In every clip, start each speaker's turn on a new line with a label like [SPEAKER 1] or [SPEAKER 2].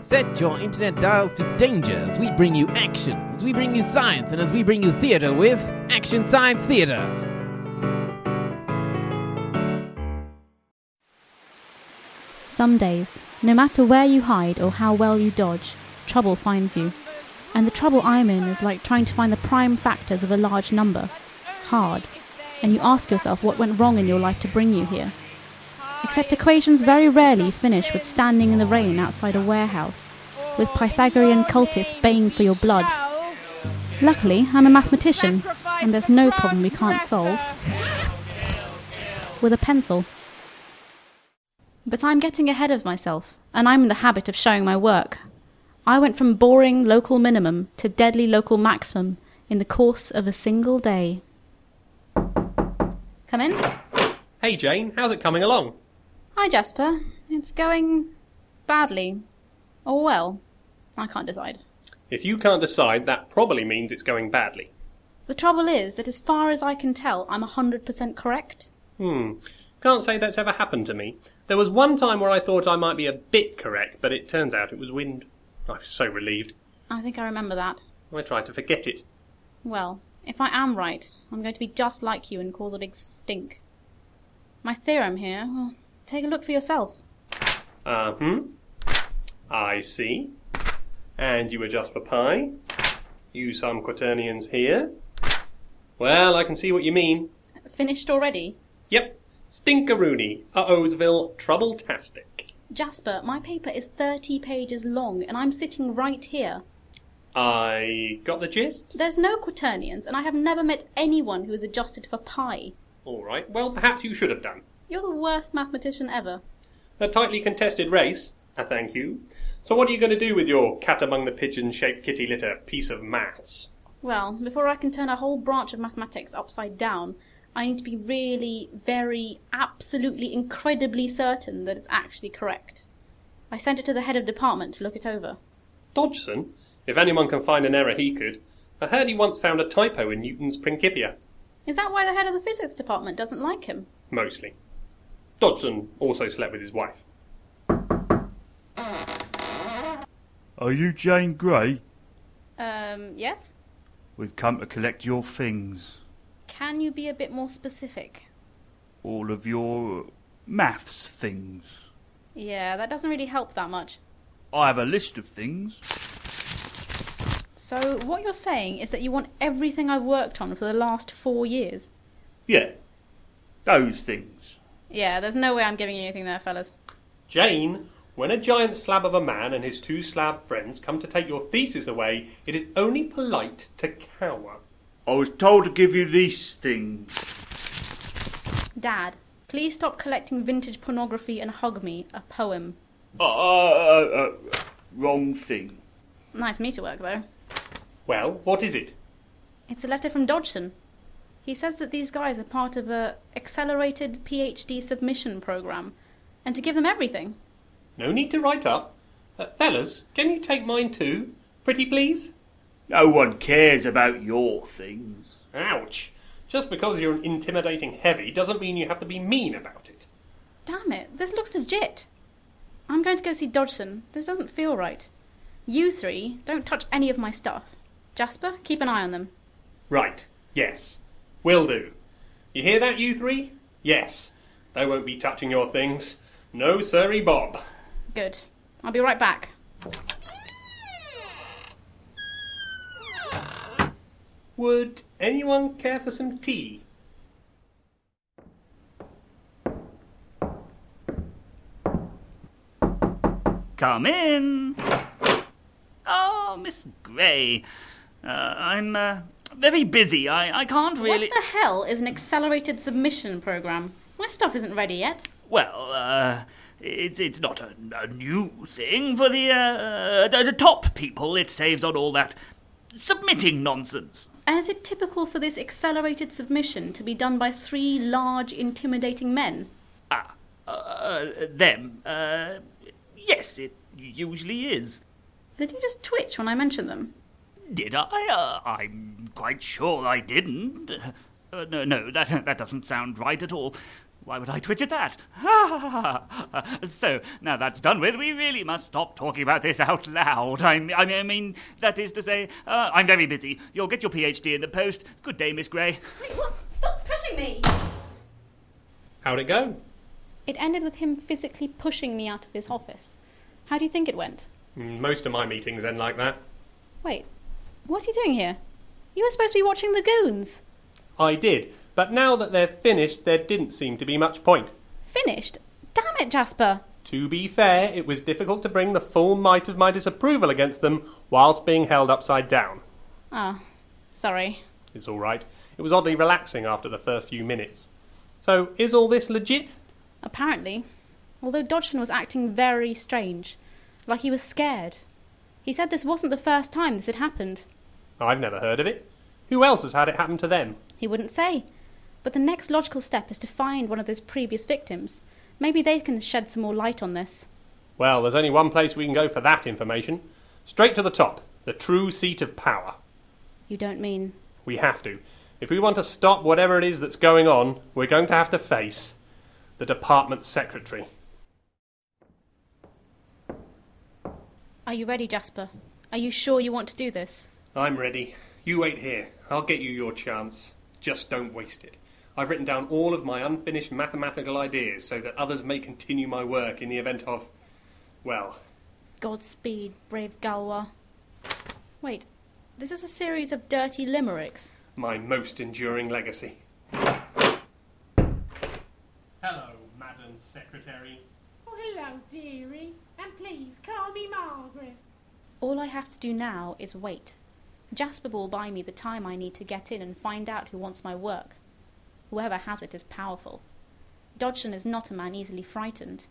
[SPEAKER 1] Set your internet dials to danger as we bring you action, as we bring you science, and as we bring you theater with Action Science Theater.
[SPEAKER 2] Some days, no matter where you hide or how well you dodge, trouble finds you. And the trouble I'm in is like trying to find the prime factors of a large number. Hard. And you ask yourself what went wrong in your life to bring you here. Except equations very rarely finish with standing in the rain outside a warehouse, with Pythagorean cultists baying for your blood. Luckily, I'm a mathematician, and there's no problem we can't solve with a pencil. But I'm getting ahead of myself, and I'm in the habit of showing my work. I went from boring local minimum to deadly local maximum in the course of a single day. Come in.
[SPEAKER 3] Hey Jane, how's it coming along?
[SPEAKER 2] Hi, Jasper. It's going badly. Or well. I can't decide.
[SPEAKER 3] If you can't decide, that probably means it's going badly.
[SPEAKER 2] The trouble is that, as far as I can tell, I'm 100% correct.
[SPEAKER 3] Hmm. Can't say that's ever happened to me. There was one time where I thought I might be a bit correct, but it turns out it was wind. I was so relieved.
[SPEAKER 2] I think I remember that.
[SPEAKER 3] I tried to forget it.
[SPEAKER 2] Well, if I am right, I'm going to be just like you and cause a big stink. My theorem here. Well, take a look for yourself.
[SPEAKER 3] Uh hmm. I see. And you adjust for pi. You sum quaternions here. Well, I can see what you mean.
[SPEAKER 2] Finished already?
[SPEAKER 3] Yep. Stinkeroony. Uh-ohsville. Troubletastic.
[SPEAKER 2] Jasper, my paper is 30 pages long and I'm sitting right here.
[SPEAKER 3] I got the gist?
[SPEAKER 2] There's no quaternions and I have never met anyone who has adjusted for pi.
[SPEAKER 3] All right. Well, perhaps you should have done.
[SPEAKER 2] You're the worst mathematician ever.
[SPEAKER 3] A tightly contested race. I thank you. So what are you going to do with your cat among the pigeon shaped kitty litter piece of maths?
[SPEAKER 2] Well, before I can turn a whole branch of mathematics upside down, I need to be really, very, absolutely, incredibly certain that it's actually correct. I sent it to the head of department to look it over.
[SPEAKER 3] Dodgson? If anyone can find an error, he could. I heard he once found a typo in Newton's Principia.
[SPEAKER 2] Is that why the head of the physics department doesn't like him?
[SPEAKER 3] Mostly. Dodgson also slept with his wife.
[SPEAKER 4] Are you Jane Grey?
[SPEAKER 2] Um, yes?
[SPEAKER 4] We've come to collect your things.
[SPEAKER 2] Can you be a bit more specific?
[SPEAKER 4] All of your uh, maths things.
[SPEAKER 2] Yeah, that doesn't really help that much.
[SPEAKER 4] I have a list of things.
[SPEAKER 2] So, what you're saying is that you want everything I've worked on for the last four years?
[SPEAKER 4] Yeah. Those things.
[SPEAKER 2] Yeah, there's no way I'm giving you anything there, fellas.
[SPEAKER 3] Jane, when a giant slab of a man and his two slab friends come to take your thesis away, it is only polite to cower.
[SPEAKER 4] I was told to give you these things.
[SPEAKER 2] Dad, please stop collecting vintage pornography and hug me, a poem.
[SPEAKER 4] Uh, uh, uh, uh, wrong thing.
[SPEAKER 2] Nice meter work, though.
[SPEAKER 3] Well, what is it?
[SPEAKER 2] It's a letter from Dodgson. He says that these guys are part of a accelerated PhD submission program, and to give them everything.
[SPEAKER 3] No need to write up. Uh, fellas, can you take mine too? Pretty please?
[SPEAKER 4] No one cares about your things.
[SPEAKER 3] Ouch. Just because you're an intimidating heavy doesn't mean you have to be mean about it.
[SPEAKER 2] Damn it, this looks legit. I'm going to go see Dodgson. This doesn't feel right. You three, don't touch any of my stuff. Jasper, keep an eye on them.
[SPEAKER 3] Right. Yes. Will do. You hear that, you three? Yes. They won't be touching your things. No, sorry, Bob.
[SPEAKER 2] Good. I'll be right back.
[SPEAKER 3] Would anyone care for some tea?
[SPEAKER 5] Come in. Oh, Miss Gray, uh, I'm uh, very busy. I, I can't really.
[SPEAKER 2] What the hell is an accelerated submission program? My stuff isn't ready yet.
[SPEAKER 5] Well, uh, it's it's not a, a new thing for the, uh, the the top people. It saves on all that submitting nonsense.
[SPEAKER 2] And is it typical for this accelerated submission to be done by three large, intimidating men?
[SPEAKER 5] Ah, uh, them. Uh, yes, it usually is.
[SPEAKER 2] Did you just twitch when I mentioned them?
[SPEAKER 5] Did I? Uh, I'm quite sure I didn't. Uh, no, no, that that doesn't sound right at all. Why would I twitch at that? Ha ha ha! So, now that's done with, we really must stop talking about this out loud. I, m- I mean- I mean, that is to say, uh, I'm very busy. You'll get your PhD in the post. Good day, Miss Gray.
[SPEAKER 6] Wait, what? Stop pushing me!
[SPEAKER 3] How'd it go?
[SPEAKER 2] It ended with him physically pushing me out of his office. How do you think it went?
[SPEAKER 3] Mm, Most of my meetings end like that.
[SPEAKER 2] Wait, what are you doing here? You were supposed to be watching the goons.
[SPEAKER 3] I did, but now that they're finished, there didn't seem to be much point.
[SPEAKER 2] Finished? Damn it, Jasper!
[SPEAKER 3] To be fair, it was difficult to bring the full might of my disapproval against them whilst being held upside down.
[SPEAKER 2] Ah, sorry.
[SPEAKER 3] It's all right. It was oddly relaxing after the first few minutes. So, is all this legit?
[SPEAKER 2] Apparently. Although Dodgson was acting very strange, like he was scared. He said this wasn't the first time this had happened.
[SPEAKER 3] I've never heard of it. Who else has had it happen to them?
[SPEAKER 2] He wouldn't say. But the next logical step is to find one of those previous victims. Maybe they can shed some more light on this.
[SPEAKER 3] Well, there's only one place we can go for that information. Straight to the top, the true seat of power.
[SPEAKER 2] You don't mean.
[SPEAKER 3] We have to. If we want to stop whatever it is that's going on, we're going to have to face the department secretary.
[SPEAKER 2] Are you ready, Jasper? Are you sure you want to do this?
[SPEAKER 3] I'm ready. You wait here. I'll get you your chance. Just don't waste it. I've written down all of my unfinished mathematical ideas so that others may continue my work in the event of. Well,
[SPEAKER 2] Godspeed, brave Galwa. Wait, this is a series of dirty limericks.
[SPEAKER 3] my most enduring legacy. Hello, Madam Secretary.
[SPEAKER 7] Oh, hello, dearie. And please call me Margaret.
[SPEAKER 2] All I have to do now is wait. Jasper will buy me the time I need to get in and find out who wants my work. Whoever has it is powerful. Dodgson is not a man easily frightened.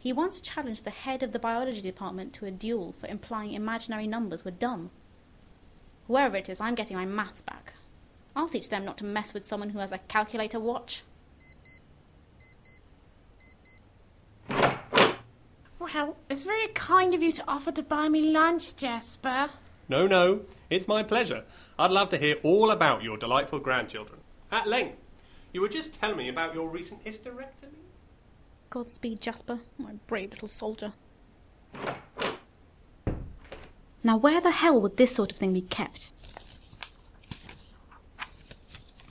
[SPEAKER 2] He once challenged the head of the biology department to a duel for implying imaginary numbers were dumb. Whoever it is, I'm getting my maths back. I'll teach them not to mess with someone who has a calculator watch.
[SPEAKER 7] Well, it's very kind of you to offer to buy me lunch, Jasper.
[SPEAKER 3] No, no, it's my pleasure. I'd love to hear all about your delightful grandchildren. At length. You were just telling me about your recent hysterectomy.
[SPEAKER 2] Godspeed, Jasper, my brave little soldier. Now, where the hell would this sort of thing be kept?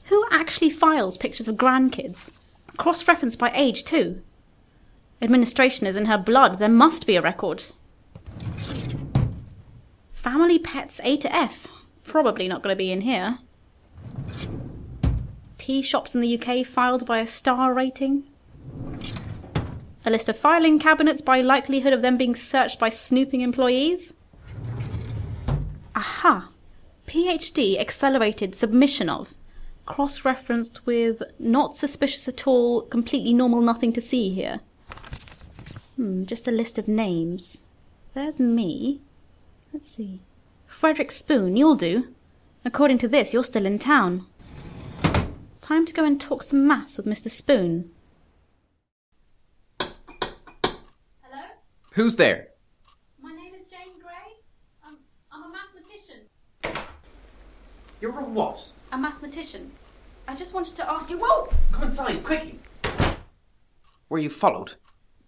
[SPEAKER 2] Who actually files pictures of grandkids? Cross referenced by age, too. Administration is in her blood. There must be a record. Family pets A to F. Probably not going to be in here. Tea shops in the UK filed by a star rating. A list of filing cabinets by likelihood of them being searched by snooping employees? Aha! PhD accelerated submission of. Cross referenced with not suspicious at all, completely normal, nothing to see here. Hmm, just a list of names. There's me. Let's see. Frederick Spoon, you'll do. According to this, you're still in town. Time to go and talk some maths with Mr. Spoon.
[SPEAKER 6] Hello?
[SPEAKER 1] Who's there?
[SPEAKER 6] My name is Jane Grey. I'm, Um, I'm a mathematician.
[SPEAKER 8] You're a what?
[SPEAKER 2] a mathematician. I just wanted to ask you.
[SPEAKER 8] Whoa! Come inside, quickly! Were you followed?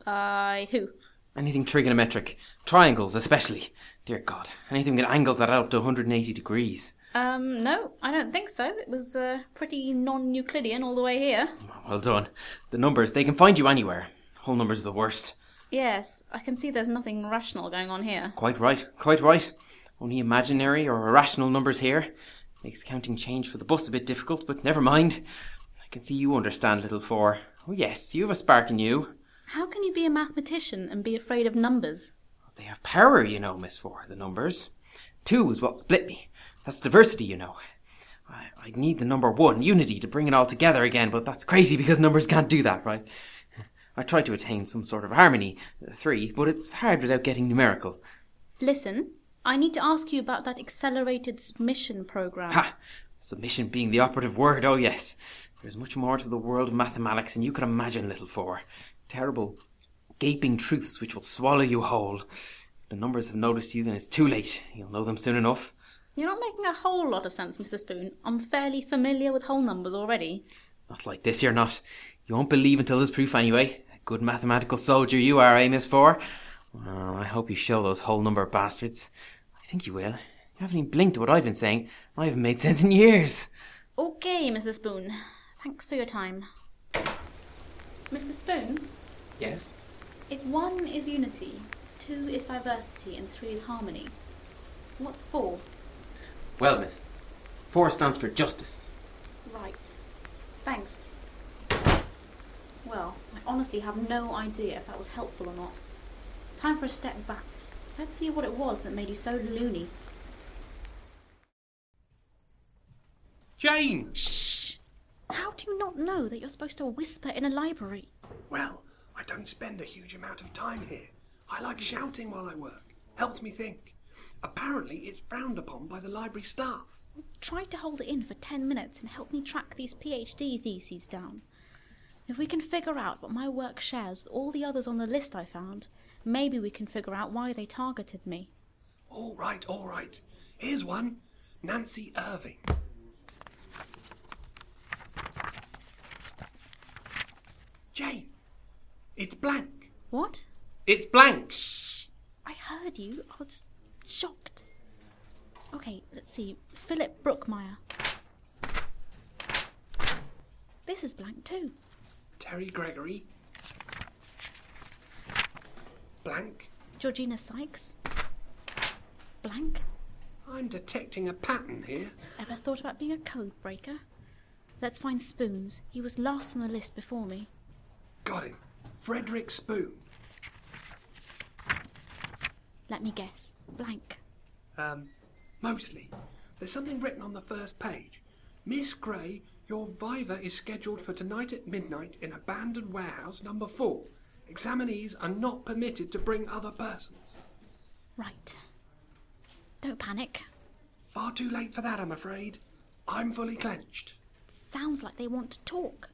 [SPEAKER 2] By who?
[SPEAKER 8] Anything trigonometric. Triangles, especially. Dear God, anything with angles that add up to 180 degrees.
[SPEAKER 2] Um, no, I don't think so. It was uh, pretty non Euclidean all the way here.
[SPEAKER 8] Well done. The numbers, they can find you anywhere. Whole numbers are the worst.
[SPEAKER 2] Yes, I can see there's nothing rational going on here.
[SPEAKER 8] Quite right, quite right. Only imaginary or irrational numbers here. Makes counting change for the bus a bit difficult, but never mind. I can see you understand, little four. Oh, yes, you have a spark in you.
[SPEAKER 2] How can you be a mathematician and be afraid of numbers?
[SPEAKER 8] They have power, you know, Miss Four, the numbers. Two is what split me. That's diversity, you know. I, I need the number one, unity, to bring it all together again, but that's crazy because numbers can't do that, right? I try to attain some sort of harmony, uh, three, but it's hard without getting numerical.
[SPEAKER 2] Listen, I need to ask you about that accelerated submission program.
[SPEAKER 8] Ha! Submission being the operative word, oh yes. There's much more to the world of mathematics than you can imagine, little four. Terrible, gaping truths which will swallow you whole. If the numbers have noticed you, then it's too late. You'll know them soon enough.
[SPEAKER 2] You're not making a whole lot of sense, Mr. Spoon. I'm fairly familiar with whole numbers already.
[SPEAKER 8] Not like this, you're not. You won't believe until there's proof anyway. A good mathematical soldier you are, eh, Miss Four? Well, I hope you show those whole number bastards. I think you will. You haven't even blinked at what I've been saying. I haven't made sense in years.
[SPEAKER 2] Okay, Mrs. Spoon. Thanks for your time. Mr. Spoon,
[SPEAKER 8] Yes?
[SPEAKER 2] if one is unity, two is diversity, and three is harmony, what's four?
[SPEAKER 8] Well, miss. Four stands for justice.
[SPEAKER 2] Right. Thanks. Well, I honestly have no idea if that was helpful or not. Time for a step back. Let's see what it was that made you so loony.
[SPEAKER 3] Jane!
[SPEAKER 2] How do you not know that you're supposed to whisper in a library?
[SPEAKER 3] Well, I don't spend a huge amount of time here. I like shouting while I work. Helps me think. Apparently, it's frowned upon by the library staff.
[SPEAKER 2] Try to hold it in for ten minutes and help me track these PhD theses down. If we can figure out what my work shares with all the others on the list I found, maybe we can figure out why they targeted me.
[SPEAKER 3] All right, all right. Here's one Nancy Irving. Jane, it's blank.
[SPEAKER 2] What?
[SPEAKER 3] It's blank.
[SPEAKER 2] I heard you. I was shocked. Okay, let's see. Philip Brookmeyer. This is blank too.
[SPEAKER 3] Terry Gregory. Blank.
[SPEAKER 2] Georgina Sykes. Blank.
[SPEAKER 3] I'm detecting a pattern here.
[SPEAKER 2] Ever thought about being a code breaker? Let's find Spoons. He was last on the list before me.
[SPEAKER 3] Got him. Frederick Spoon.
[SPEAKER 2] Let me guess. Blank.
[SPEAKER 3] Um, mostly. There's something written on the first page. Miss Gray, your viva is scheduled for tonight at midnight in abandoned warehouse number four. Examinees are not permitted to bring other persons.
[SPEAKER 2] Right. Don't panic.
[SPEAKER 3] Far too late for that, I'm afraid. I'm fully clenched.
[SPEAKER 2] Sounds like they want to talk.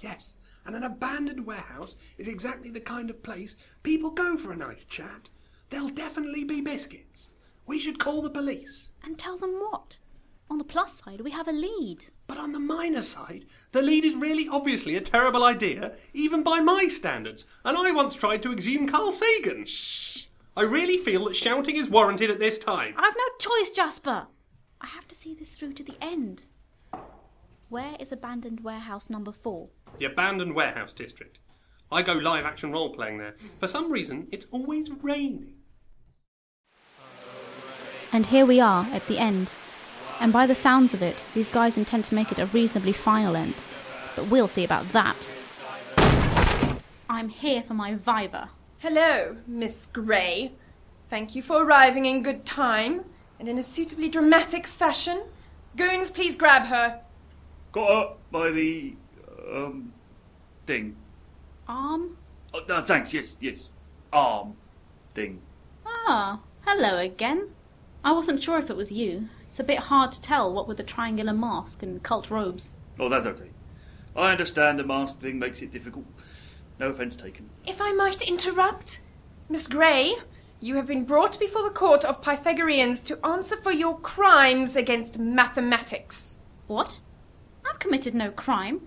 [SPEAKER 3] Yes, and an abandoned warehouse is exactly the kind of place people go for a nice chat. There'll definitely be biscuits. We should call the police.
[SPEAKER 2] And tell them what? On the plus side, we have a lead.
[SPEAKER 3] But on the minor side, the lead is really obviously a terrible idea, even by my standards, and I once tried to exhume Carl Sagan. Shh! I really feel that shouting is warranted at this time.
[SPEAKER 2] I've no choice, Jasper. I have to see this through to the end. Where is abandoned warehouse number four?
[SPEAKER 3] The abandoned warehouse district. I go live action role playing there. For some reason, it's always raining.
[SPEAKER 2] And here we are at the end. And by the sounds of it, these guys intend to make it a reasonably final end. But we'll see about that. I'm here for my Viva.
[SPEAKER 9] Hello, Miss Grey. Thank you for arriving in good time and in a suitably dramatic fashion. Goons, please grab her.
[SPEAKER 4] Got up by the um thing.
[SPEAKER 2] Arm?
[SPEAKER 4] Oh, no, thanks. Yes, yes. Arm thing.
[SPEAKER 2] Ah, hello again. I wasn't sure if it was you. It's a bit hard to tell what with the triangular mask and cult robes.
[SPEAKER 4] Oh, that's okay. I understand the mask thing makes it difficult. No offence taken.
[SPEAKER 9] If I might interrupt, Miss Grey, you have been brought before the court of Pythagoreans to answer for your crimes against mathematics.
[SPEAKER 2] What? I've committed no crime.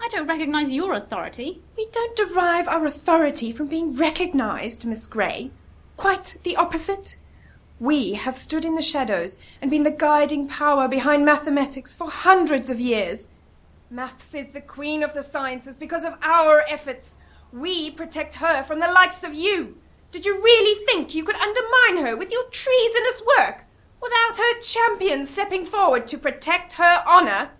[SPEAKER 2] I don't recognize your authority.
[SPEAKER 9] We don't derive our authority from being recognized, Miss Grey. Quite the opposite. We have stood in the shadows and been the guiding power behind mathematics for hundreds of years. Maths is the queen of the sciences because of our efforts. We protect her from the likes of you. Did you really think you could undermine her with your treasonous work without her champion stepping forward to protect her honor?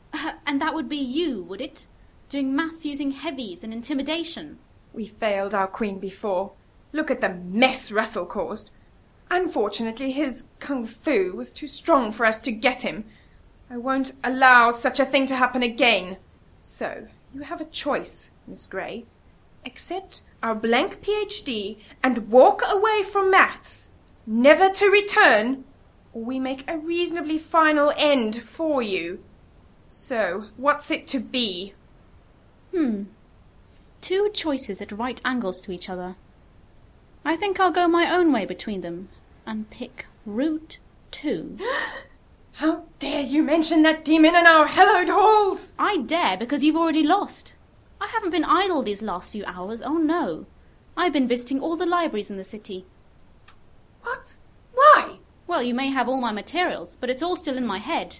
[SPEAKER 2] and that would be you, would it? Doing maths using heavies and intimidation.
[SPEAKER 9] We failed our queen before. Look at the mess Russell caused. Unfortunately, his kung fu was too strong for us to get him. I won't allow such a thing to happen again. So, you have a choice, Miss Grey. Accept our blank PhD and walk away from maths, never to return, or we make a reasonably final end for you. So, what's it to be?
[SPEAKER 2] Hmm. Two choices at right angles to each other. I think I'll go my own way between them and pick route two.
[SPEAKER 9] How dare you mention that demon in our hallowed halls?
[SPEAKER 2] I dare because you've already lost. I haven't been idle these last few hours, oh no. I've been visiting all the libraries in the city.
[SPEAKER 9] What? Why?
[SPEAKER 2] Well, you may have all my materials, but it's all still in my head.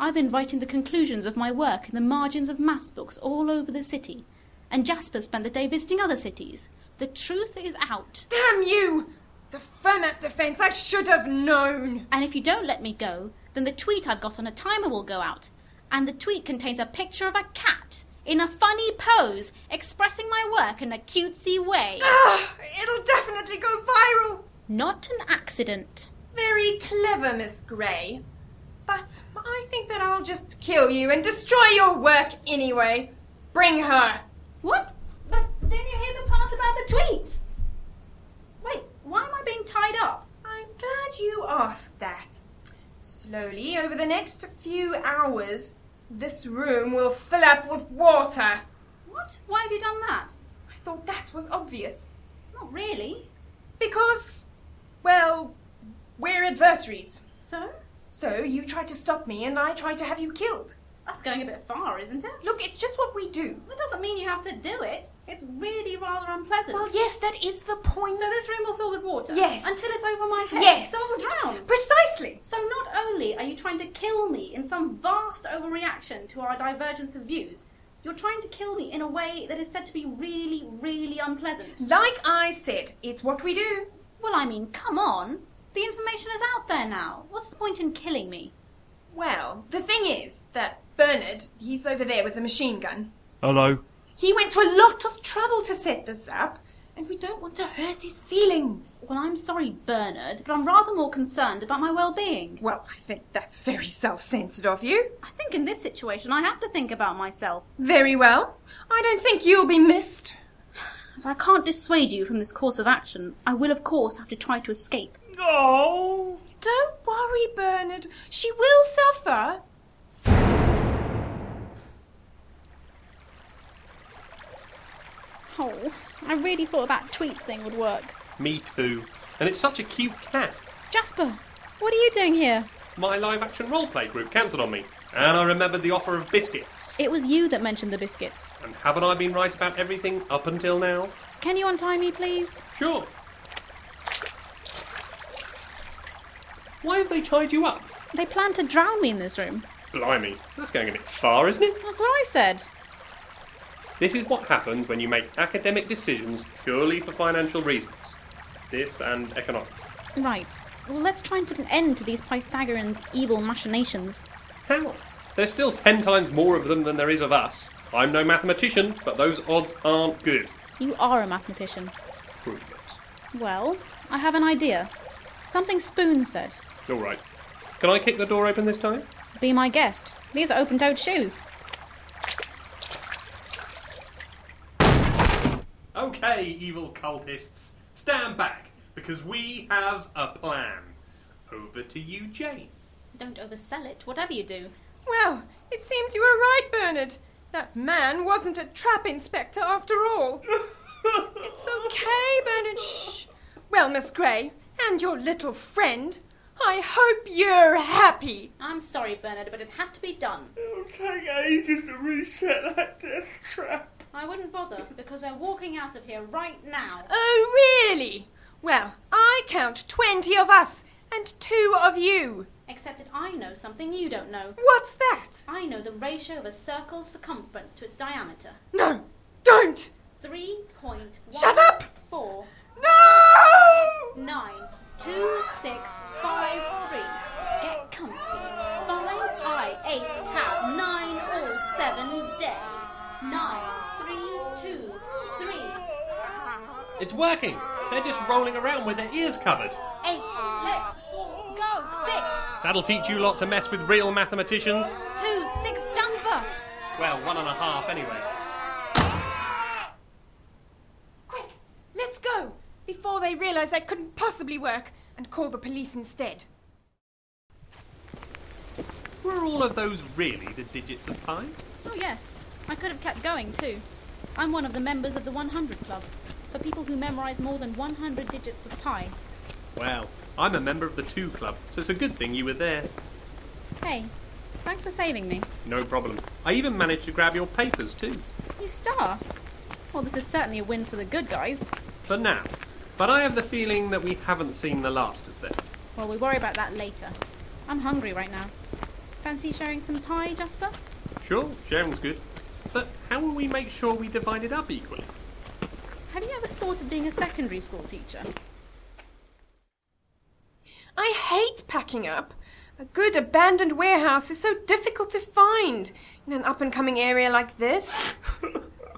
[SPEAKER 2] I've been writing the conclusions of my work in the margins of maths books all over the city. And Jasper spent the day visiting other cities. The truth is out.
[SPEAKER 9] Damn you! The Fermat defense, I should have known!
[SPEAKER 2] And if you don't let me go, then the tweet I've got on a timer will go out. And the tweet contains a picture of a cat in a funny pose expressing my work in a cutesy way.
[SPEAKER 9] Ugh, Ah, it'll definitely go viral!
[SPEAKER 2] Not an accident.
[SPEAKER 9] Very clever, Miss Grey. But I think that I'll just kill you and destroy your work anyway. Bring her!
[SPEAKER 2] What? But didn't you hear the part about the tweet? Wait, why am I being tied up?
[SPEAKER 9] I'm glad you asked that. Slowly, over the next few hours, this room will fill up with water.
[SPEAKER 2] What? Why have you done that?
[SPEAKER 9] I thought that was obvious.
[SPEAKER 2] Not really.
[SPEAKER 9] Because, well, we're adversaries.
[SPEAKER 2] So?
[SPEAKER 9] So you try to stop me and I try to have you killed.
[SPEAKER 2] That's going a bit far, isn't it?
[SPEAKER 9] Look, it's just what we do.
[SPEAKER 2] That doesn't mean you have to do it. It's really rather unpleasant.
[SPEAKER 9] Well, yes, that is the point.
[SPEAKER 2] So this room will fill with water?
[SPEAKER 9] Yes.
[SPEAKER 2] Until it's over my head?
[SPEAKER 9] Yes.
[SPEAKER 2] So I'll drown?
[SPEAKER 9] Precisely.
[SPEAKER 2] So not only are you trying to kill me in some vast overreaction to our divergence of views, you're trying to kill me in a way that is said to be really, really unpleasant.
[SPEAKER 9] Like I said, it's what we do.
[SPEAKER 2] Well, I mean, come on. The information is out there now. What's the point in killing me?
[SPEAKER 9] Well, the thing is that Bernard, he's over there with the machine gun.
[SPEAKER 4] Hello.
[SPEAKER 9] He went to a lot of trouble to set this up, and we don't want to hurt his feelings.
[SPEAKER 2] Well, I'm sorry, Bernard, but I'm rather more concerned about my well-being.
[SPEAKER 9] Well, I think that's very self-centered of you.
[SPEAKER 2] I think in this situation I have to think about myself,
[SPEAKER 9] Very well. I don't think you'll be missed.
[SPEAKER 2] as I can't dissuade you from this course of action. I will, of course, have to try to escape.
[SPEAKER 4] Oh.
[SPEAKER 9] Don't worry, Bernard. She will suffer.
[SPEAKER 2] Oh, I really thought that tweet thing would work.
[SPEAKER 3] Me too. And it's such a cute cat.
[SPEAKER 2] Jasper, what are you doing here?
[SPEAKER 3] My live action roleplay group cancelled on me. And I remembered the offer of biscuits.
[SPEAKER 2] It was you that mentioned the biscuits.
[SPEAKER 3] And haven't I been right about everything up until now?
[SPEAKER 2] Can you untie me, please?
[SPEAKER 3] Sure. Why have they tied you up?
[SPEAKER 2] They plan to drown me in this room.
[SPEAKER 3] Blimey, that's going a bit far, isn't it?
[SPEAKER 2] That's what I said.
[SPEAKER 3] This is what happens when you make academic decisions purely for financial reasons. This and economics.
[SPEAKER 2] Right. Well, let's try and put an end to these Pythagoreans' evil machinations.
[SPEAKER 3] How? There's still ten times more of them than there is of us. I'm no mathematician, but those odds aren't good.
[SPEAKER 2] You are a mathematician.
[SPEAKER 3] Prove it.
[SPEAKER 2] Well, I have an idea. Something Spoon said.
[SPEAKER 3] All right. Can I kick the door open this time?
[SPEAKER 2] Be my guest. These are open toed shoes.
[SPEAKER 3] Okay, evil cultists, stand back, because we have a plan. Over to you, Jane.
[SPEAKER 2] Don't oversell it, whatever you do.
[SPEAKER 9] Well, it seems you were right, Bernard. That man wasn't a trap inspector after all. it's okay, Bernard. Shh. Well, Miss Grey, and your little friend, I hope you're happy.
[SPEAKER 2] I'm sorry, Bernard, but it had to be done.
[SPEAKER 4] It'll take ages to reset that death trap.
[SPEAKER 2] I wouldn't bother because we're walking out of here right now.
[SPEAKER 9] Oh, really? Well, I count 20 of us and two of you.
[SPEAKER 2] Except that I know something you don't know.
[SPEAKER 9] What's that?
[SPEAKER 2] I know the ratio of a circle's circumference to its diameter.
[SPEAKER 9] No, don't!
[SPEAKER 2] Three point one.
[SPEAKER 9] Shut up!
[SPEAKER 2] Four
[SPEAKER 9] No!
[SPEAKER 2] nine two six five three. Get comfy. Five I eight have nine all seven day. Nine three two three.
[SPEAKER 3] It's working! They're just rolling around with their ears covered.
[SPEAKER 2] Eight. Let's go. Six.
[SPEAKER 3] That'll teach you lot to mess with real mathematicians.
[SPEAKER 2] Two. Six. Jasper.
[SPEAKER 3] Well, one and a half anyway.
[SPEAKER 9] Quick, let's go! Before they realize that couldn't possibly work and call the police instead.
[SPEAKER 3] Were all of those really the digits of pi?
[SPEAKER 2] Oh yes, I could have kept going too. I'm one of the members of the 100 Club, for people who memorize more than 100 digits of pi.
[SPEAKER 3] Well, I'm a member of the two club, so it's a good thing you were there.
[SPEAKER 2] Hey, thanks for saving me.
[SPEAKER 3] No problem. I even managed to grab your papers too.
[SPEAKER 2] You star! Well, this is certainly a win for the good guys.
[SPEAKER 3] For now. But I have the feeling that we haven't seen the last of them.
[SPEAKER 2] Well, we worry about that later. I'm hungry right now. Fancy sharing some pie, Jasper?
[SPEAKER 3] Sure, sharing's good. But how will we make sure we divide it up equally?
[SPEAKER 2] Have you ever thought of being a secondary school teacher?
[SPEAKER 9] I hate packing up. A good abandoned warehouse is so difficult to find in an up and coming area like this.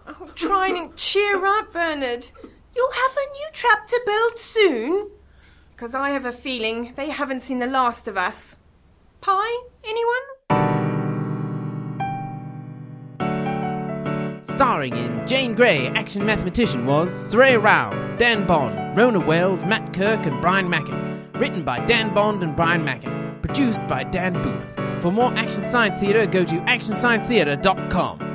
[SPEAKER 9] oh, try and cheer up, Bernard. You'll have a new trap to build soon. Because I have a feeling they haven't seen the last of us. Pie? Anyone?
[SPEAKER 8] Starring in Jane Grey, action mathematician was Saray Rao, Dan Bond, Rona Wells, Matt Kirk, and Brian Mackin. Written by Dan Bond and Brian Mackin. Produced by Dan Booth. For more Action Science Theatre, go to actionsciencetheatre.com.